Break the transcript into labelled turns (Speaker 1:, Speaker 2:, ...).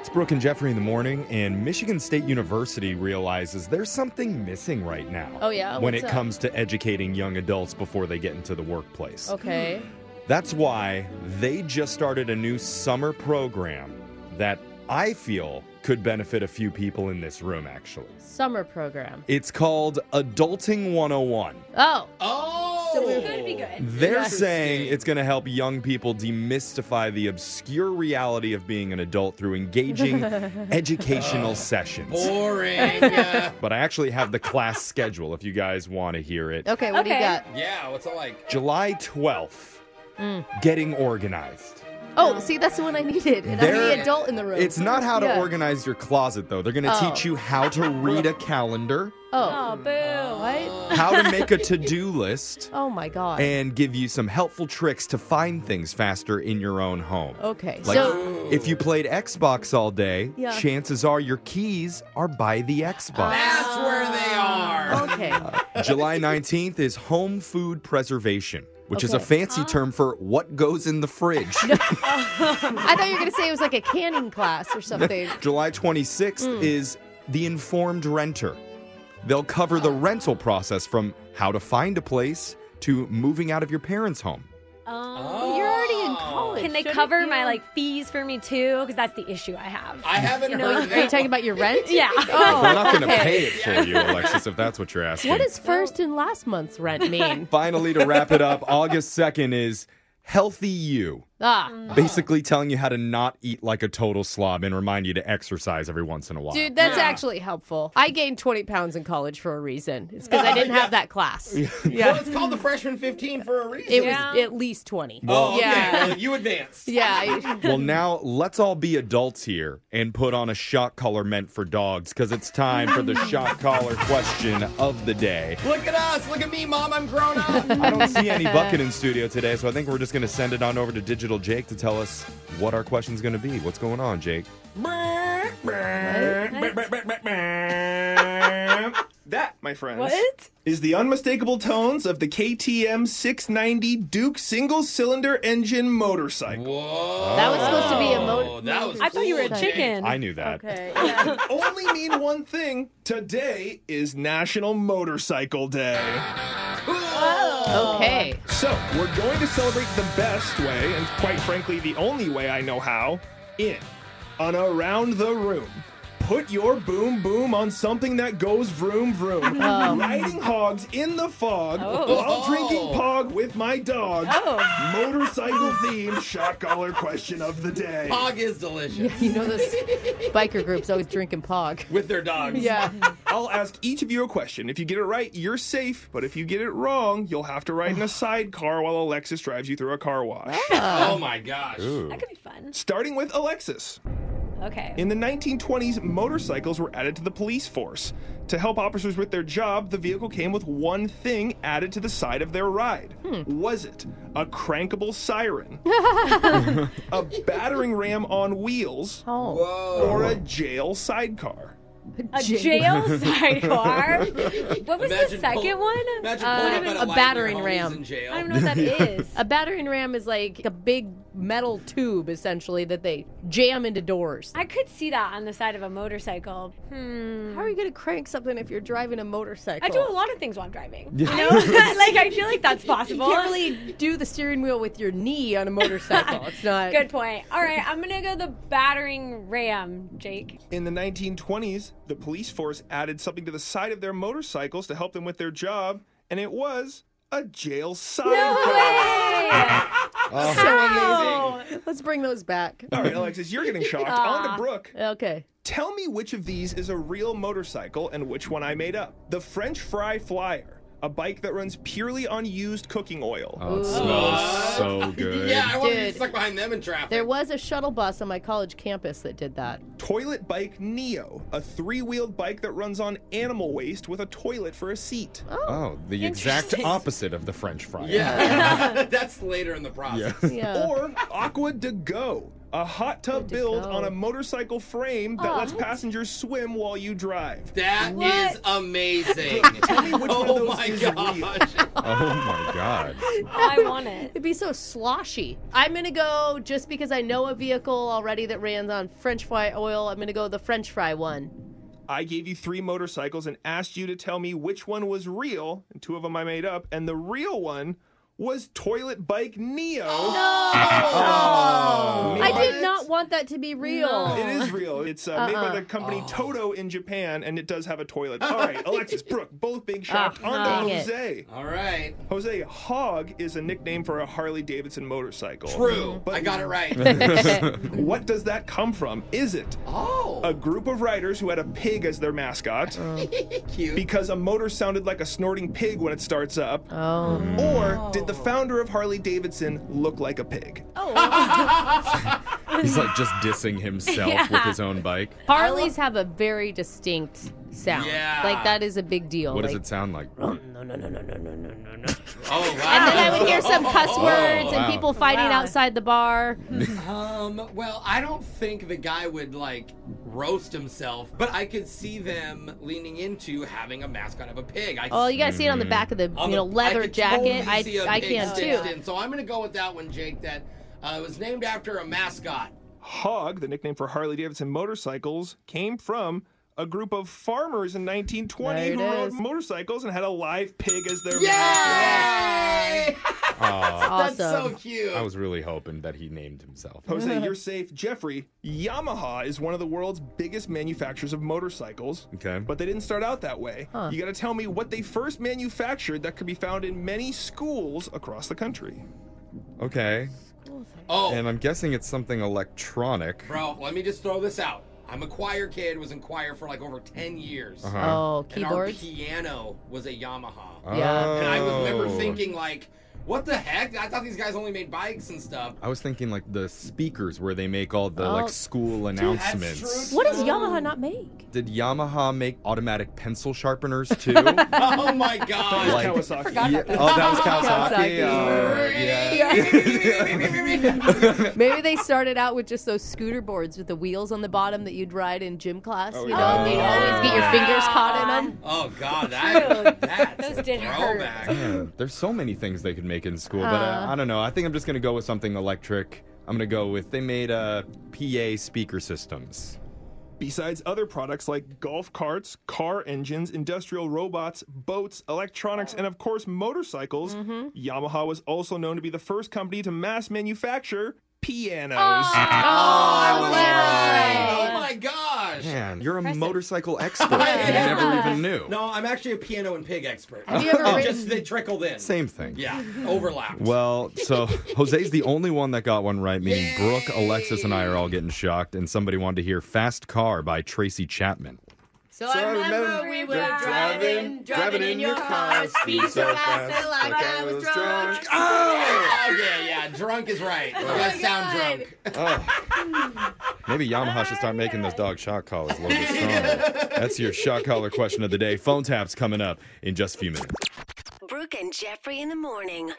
Speaker 1: It's Brooke and Jeffrey in the morning, and Michigan State University realizes there's something missing right now.
Speaker 2: Oh, yeah?
Speaker 1: When
Speaker 2: What's
Speaker 1: it
Speaker 2: up?
Speaker 1: comes to educating young adults before they get into the workplace.
Speaker 2: Okay.
Speaker 1: Hmm. That's why they just started a new summer program that I feel could benefit a few people in this room, actually.
Speaker 2: Summer program.
Speaker 1: It's called Adulting 101.
Speaker 2: Oh.
Speaker 3: Oh,
Speaker 4: So it could be good.
Speaker 1: They're
Speaker 2: Interesting.
Speaker 1: saying it's going to help young people demystify the obscure reality of being an adult through engaging educational sessions.
Speaker 3: boring.
Speaker 1: But I actually have the class schedule if you guys want to hear it.
Speaker 2: Okay, what do you
Speaker 4: Okay.
Speaker 2: got?
Speaker 3: yeah, what's it like?
Speaker 1: July 12th,
Speaker 2: Mm.
Speaker 1: getting organized.
Speaker 2: Oh, see, that's the one I needed. And I'm
Speaker 1: There-
Speaker 2: the adult in the room.
Speaker 1: It's not how to
Speaker 2: Yeah.
Speaker 1: organize your closet, though. They're going to
Speaker 2: Oh.
Speaker 1: teach you how to read a calendar,
Speaker 2: Oh.
Speaker 4: Oh, boo.
Speaker 2: What?
Speaker 1: how to make a to do list,
Speaker 2: Oh, my God.
Speaker 1: and give you some helpful tricks to find things faster in your own home.
Speaker 2: okay.
Speaker 1: Like,
Speaker 2: Oh. so,
Speaker 1: if you played Xbox all day,
Speaker 2: Yeah.
Speaker 1: chances are your keys are by the Xbox.
Speaker 3: That's where they
Speaker 2: Oh.
Speaker 3: are.
Speaker 2: okay.
Speaker 1: July 19th is home food preservation, which is a
Speaker 2: Okay.
Speaker 1: fancy term for what goes in the fridge.
Speaker 2: I thought you were going to say it was like a canning class or something.
Speaker 1: July 26th
Speaker 2: Hmm.
Speaker 1: is the informed renter. They'll cover the rental process from how to find a place to moving out of your parents' home.
Speaker 3: Oh.
Speaker 2: You're already in college.
Speaker 4: Can they
Speaker 2: Shouldn't
Speaker 4: cover
Speaker 2: you-
Speaker 4: my like fees for me too? Because that's the issue I have.
Speaker 3: I haven't
Speaker 2: Are
Speaker 3: heard
Speaker 2: you- are you
Speaker 3: that.
Speaker 2: talking about your rent?
Speaker 4: Yeah.
Speaker 2: Oh,
Speaker 1: We're not going to
Speaker 2: okay.
Speaker 1: pay it for you, Alexis, if that's what you're asking.
Speaker 2: What does first and last month's rent mean?
Speaker 1: Finally, to wrap it up, August 2nd is Healthy You.
Speaker 2: ah,
Speaker 1: Basically, telling you how to not eat like a total slob and remind you to exercise every once in a while.
Speaker 2: dude, that's actually helpful. I gained 20 pounds in college for a reason. It's because I didn't have that class.
Speaker 3: Well,
Speaker 2: Yeah.
Speaker 3: it's called the freshman 15 for a reason.
Speaker 2: It
Speaker 4: Yeah.
Speaker 2: was at least 20.
Speaker 3: oh, okay.
Speaker 2: yeah.
Speaker 3: Well, you advanced.
Speaker 2: Yeah. I-
Speaker 1: Well, now let's all be adults here and put on a shock collar meant for dogs because it's time for the shock collar question of the day.
Speaker 3: Look at us. Look at me, Mom. I'm grown up.
Speaker 1: I don't see any bucket in studio today, so I think we're just going to send it on over to Digital Jake to tell us what our question's going to be. What's going on, Jake?
Speaker 5: that, my friends,
Speaker 4: What?
Speaker 5: is the unmistakable tones of the KTM 690 Duke single-cylinder engine motorcycle.
Speaker 3: Whoa.
Speaker 2: That was supposed to be a mo-
Speaker 3: Oh, that was
Speaker 4: I thought you were a
Speaker 3: cool,
Speaker 4: chicken.
Speaker 1: I knew that.
Speaker 5: Only mean one thing: today is National Motorcycle Day.
Speaker 2: Okay.
Speaker 5: So, we're going to celebrate the best way, and quite frankly, the only way I know how, in, on around the room. Put your boom boom on something that goes vroom vroom. Riding hogs in the fog while drinking pog with my dog. Motorcycle themed shot collar question of the day.
Speaker 3: Pog is delicious.
Speaker 2: You know those biker groups always drinking pog.
Speaker 3: With their dogs.
Speaker 2: Yeah.
Speaker 5: I'll ask each of you a question. If you get it right, you're safe. But if you get it wrong, you'll have to ride in a sidecar while Alexis drives you through a car wash.
Speaker 3: Oh, my gosh.
Speaker 1: Ooh.
Speaker 4: That could be fun.
Speaker 5: Starting with Alexis.
Speaker 4: Okay.
Speaker 5: In the 1920s, motorcycles were added to the police force. To help officers with their job, the vehicle came with one thing added to the side of their ride. Was it a crankable siren, a battering ram on wheels,
Speaker 2: Oh.
Speaker 3: Whoa.
Speaker 5: or a jail sidecar?
Speaker 4: a jail sidecar. what was
Speaker 3: Imagine
Speaker 4: the second
Speaker 3: pull-
Speaker 4: one?
Speaker 3: Imagine
Speaker 4: Uh,
Speaker 3: pulling up at
Speaker 2: a
Speaker 3: library
Speaker 2: battering
Speaker 3: while he's
Speaker 2: ram.
Speaker 3: in jail.
Speaker 4: I don't know what that is.
Speaker 2: A battering ram is like a big metal tube, essentially, that they jam into doors.
Speaker 4: I could see that on the side of a motorcycle. Hmm.
Speaker 2: How are you going to crank something if you're driving a motorcycle?
Speaker 4: I do a lot of things while I'm driving. You know, like I feel like that's
Speaker 2: You
Speaker 4: possible.
Speaker 2: can't really do the steering wheel with your knee on a motorcycle. It's not.
Speaker 4: Good point. All right, I'm gonna go the battering ram, Jake.
Speaker 5: In the 1920s, the police force added something to the side of their motorcycles to help them with their job, and it was a jail sidecar.
Speaker 4: How?
Speaker 2: Let's bring those back.
Speaker 5: All right, Alexis, you're getting shocked. On to Brooke.
Speaker 2: Okay.
Speaker 5: Tell me which of these is a real motorcycle and which one I made up. The French Fry Flyer, a bike that runs purely on used cooking oil.
Speaker 1: Oh, it smells so good.
Speaker 3: Yeah, I want to be
Speaker 2: Dude.
Speaker 3: stuck behind them in traffic.
Speaker 2: There was a shuttle bus on my college campus that did that.
Speaker 5: Toilet Bike Neo, a three wheeled bike that runs on animal waste with a toilet for a seat.
Speaker 1: Oh, the exact
Speaker 4: Interesting.
Speaker 1: opposite of the French fry.
Speaker 3: yeah. That's later in the process.
Speaker 1: Yeah.
Speaker 2: Yeah.
Speaker 5: Or Aqua de Go, A hot tub
Speaker 2: to
Speaker 5: build
Speaker 2: go.
Speaker 5: on a motorcycle frame that
Speaker 4: Aw.
Speaker 5: lets passengers swim while you drive.
Speaker 3: That is
Speaker 4: What?
Speaker 3: amazing.
Speaker 5: which one of
Speaker 3: oh
Speaker 5: those
Speaker 3: my
Speaker 5: is
Speaker 3: gosh.
Speaker 1: Oh my god.
Speaker 4: I want it.
Speaker 2: It'd be so sloshy. I'm gonna go just because I know a vehicle already that runs on French fry oil. I'm gonna go the French fry one.
Speaker 5: I gave you three motorcycles and asked you to tell me which one was real, and two of them I made up, and the real one was Toilet Bike Neo.
Speaker 4: Oh, I did not want that to be real.
Speaker 5: It is real. It's uh, made by the company
Speaker 3: Oh.
Speaker 5: Toto in Japan, and it does have a toilet. All right, Alexis, Brooke, both being shocked.
Speaker 2: Ah,
Speaker 5: On
Speaker 2: dang
Speaker 5: to
Speaker 2: it.
Speaker 5: Jose.
Speaker 3: All right.
Speaker 5: Jose, hog is a nickname for a Harley Davidson motorcycle.
Speaker 3: True.
Speaker 5: But
Speaker 3: I got it right.
Speaker 5: What does that come from? Is it a
Speaker 3: oh,
Speaker 5: group of riders who had a pig as their
Speaker 3: Uh.
Speaker 5: mascot
Speaker 3: cute.
Speaker 5: because a motor sounded like a snorting pig when it starts up?
Speaker 2: Oh,
Speaker 5: Or did the founder of Harley Davidson look like a pig?
Speaker 1: He's like just dissing himself with his own bike.
Speaker 2: Harleys have a very distinct sound.
Speaker 3: Yeah.
Speaker 2: Like that is a big deal.
Speaker 1: What does
Speaker 2: Like-
Speaker 1: it sound like?
Speaker 3: oh wow.
Speaker 2: And then I would hear some cuss words
Speaker 1: Oh, wow. Mm-hmm.
Speaker 2: and people fighting
Speaker 4: Wow.
Speaker 2: outside the bar.
Speaker 3: Um, well, I don't think the guy would like roast himself, but I could see them leaning into having a mascot of a pig. I
Speaker 2: Oh, you gotta see it on the back of the
Speaker 3: on
Speaker 2: you know
Speaker 3: the-
Speaker 2: leather
Speaker 3: I could
Speaker 2: jacket.
Speaker 3: Totally see a
Speaker 2: I I
Speaker 3: pig
Speaker 2: can
Speaker 3: stitched
Speaker 2: too.
Speaker 3: In. So I'm gonna go with that one, Jake. That uh, was named after a mascot.
Speaker 5: Hog, the nickname for Harley Davidson motorcycles, came from a group of farmers in 1920
Speaker 2: There it
Speaker 5: who rode
Speaker 2: is.
Speaker 5: motorcycles and had a live pig as their mascot.
Speaker 3: Yay!
Speaker 1: Aw,
Speaker 3: That's so
Speaker 2: Awesome.
Speaker 3: cute.
Speaker 1: I was really hoping that he named himself.
Speaker 5: Jose, you're safe. Jeffrey, Yamaha is one of the world's biggest manufacturers of motorcycles.
Speaker 1: Okay.
Speaker 5: But they didn't start out that way. You got to tell me what they first manufactured that could be found in many schools across the country.
Speaker 1: Okay.
Speaker 3: oh,
Speaker 1: And I'm guessing it's something electronic.
Speaker 3: bro, let me just throw this out. I'm a choir kid. Was in choir for like over ten years.
Speaker 1: Uh-huh.
Speaker 2: Oh,
Speaker 3: And our
Speaker 2: keyboards.
Speaker 3: piano was a Yamaha.
Speaker 2: Yeah.
Speaker 3: And I was remember
Speaker 1: Oh.
Speaker 3: thinking like, what the heck? I thought these guys only made bikes and stuff.
Speaker 1: I was thinking like the speakers where they make all the
Speaker 2: Oh.
Speaker 1: like school announcements.
Speaker 3: true.
Speaker 2: What does Yamaha not make?
Speaker 1: Did Yamaha make automatic pencil sharpeners too?
Speaker 3: Oh my god.
Speaker 1: Like-
Speaker 5: Kawasaki.
Speaker 1: Yeah. Oh, that was Kawasaki.
Speaker 2: Kawasaki.
Speaker 1: Oh, yeah.
Speaker 2: Maybe they started out with just those scooter boards with the wheels on the bottom that you'd ride in gym class.
Speaker 6: Oh,
Speaker 2: you know,
Speaker 5: yeah.
Speaker 2: and they'd always get your fingers caught in them.
Speaker 3: oh god, that, that's
Speaker 4: Those
Speaker 3: a
Speaker 4: did hurt.
Speaker 3: throwback.
Speaker 1: Man, There's so many things they could make in school, but uh,
Speaker 2: Uh.
Speaker 1: I don't know. I think I'm just gonna go with something electric. I'm gonna go with they made uh, PA speaker systems.
Speaker 5: Besides other products like golf carts, car engines, industrial robots, boats, electronics, and of course motorcycles, Yamaha was also known to be the first company to mass manufacture pianos.
Speaker 3: Oh, I was
Speaker 2: wow.
Speaker 3: right. Oh my gosh.
Speaker 1: Man, you're a motorcycle expert. and you
Speaker 3: Yeah.
Speaker 1: never even knew.
Speaker 3: No, I'm actually a piano and pig expert.
Speaker 2: Have you ever
Speaker 3: It
Speaker 2: ridden-
Speaker 3: just they trickled in.
Speaker 1: Same thing.
Speaker 3: Yeah, overlap.
Speaker 1: Well, so Jose's the only one that got one right, meaning
Speaker 3: Yay!
Speaker 1: Brooke, Alexis, and I are all getting shocked, and somebody wanted to hear Fast Car by Tracy Chapman.
Speaker 6: So, I remember, we were driving,
Speaker 4: Driving,
Speaker 6: driving in your car, speed so fast, felt like I was drunk.
Speaker 3: oh yeah, yeah. Drunk is right. You guys sound drunk.
Speaker 1: Maybe Yamaha should start making those dog shock collars a little bit stronger. That's your shock collar question of the day. Phone taps coming up in just a few minutes.
Speaker 7: Brooke and Jeffrey in the morning.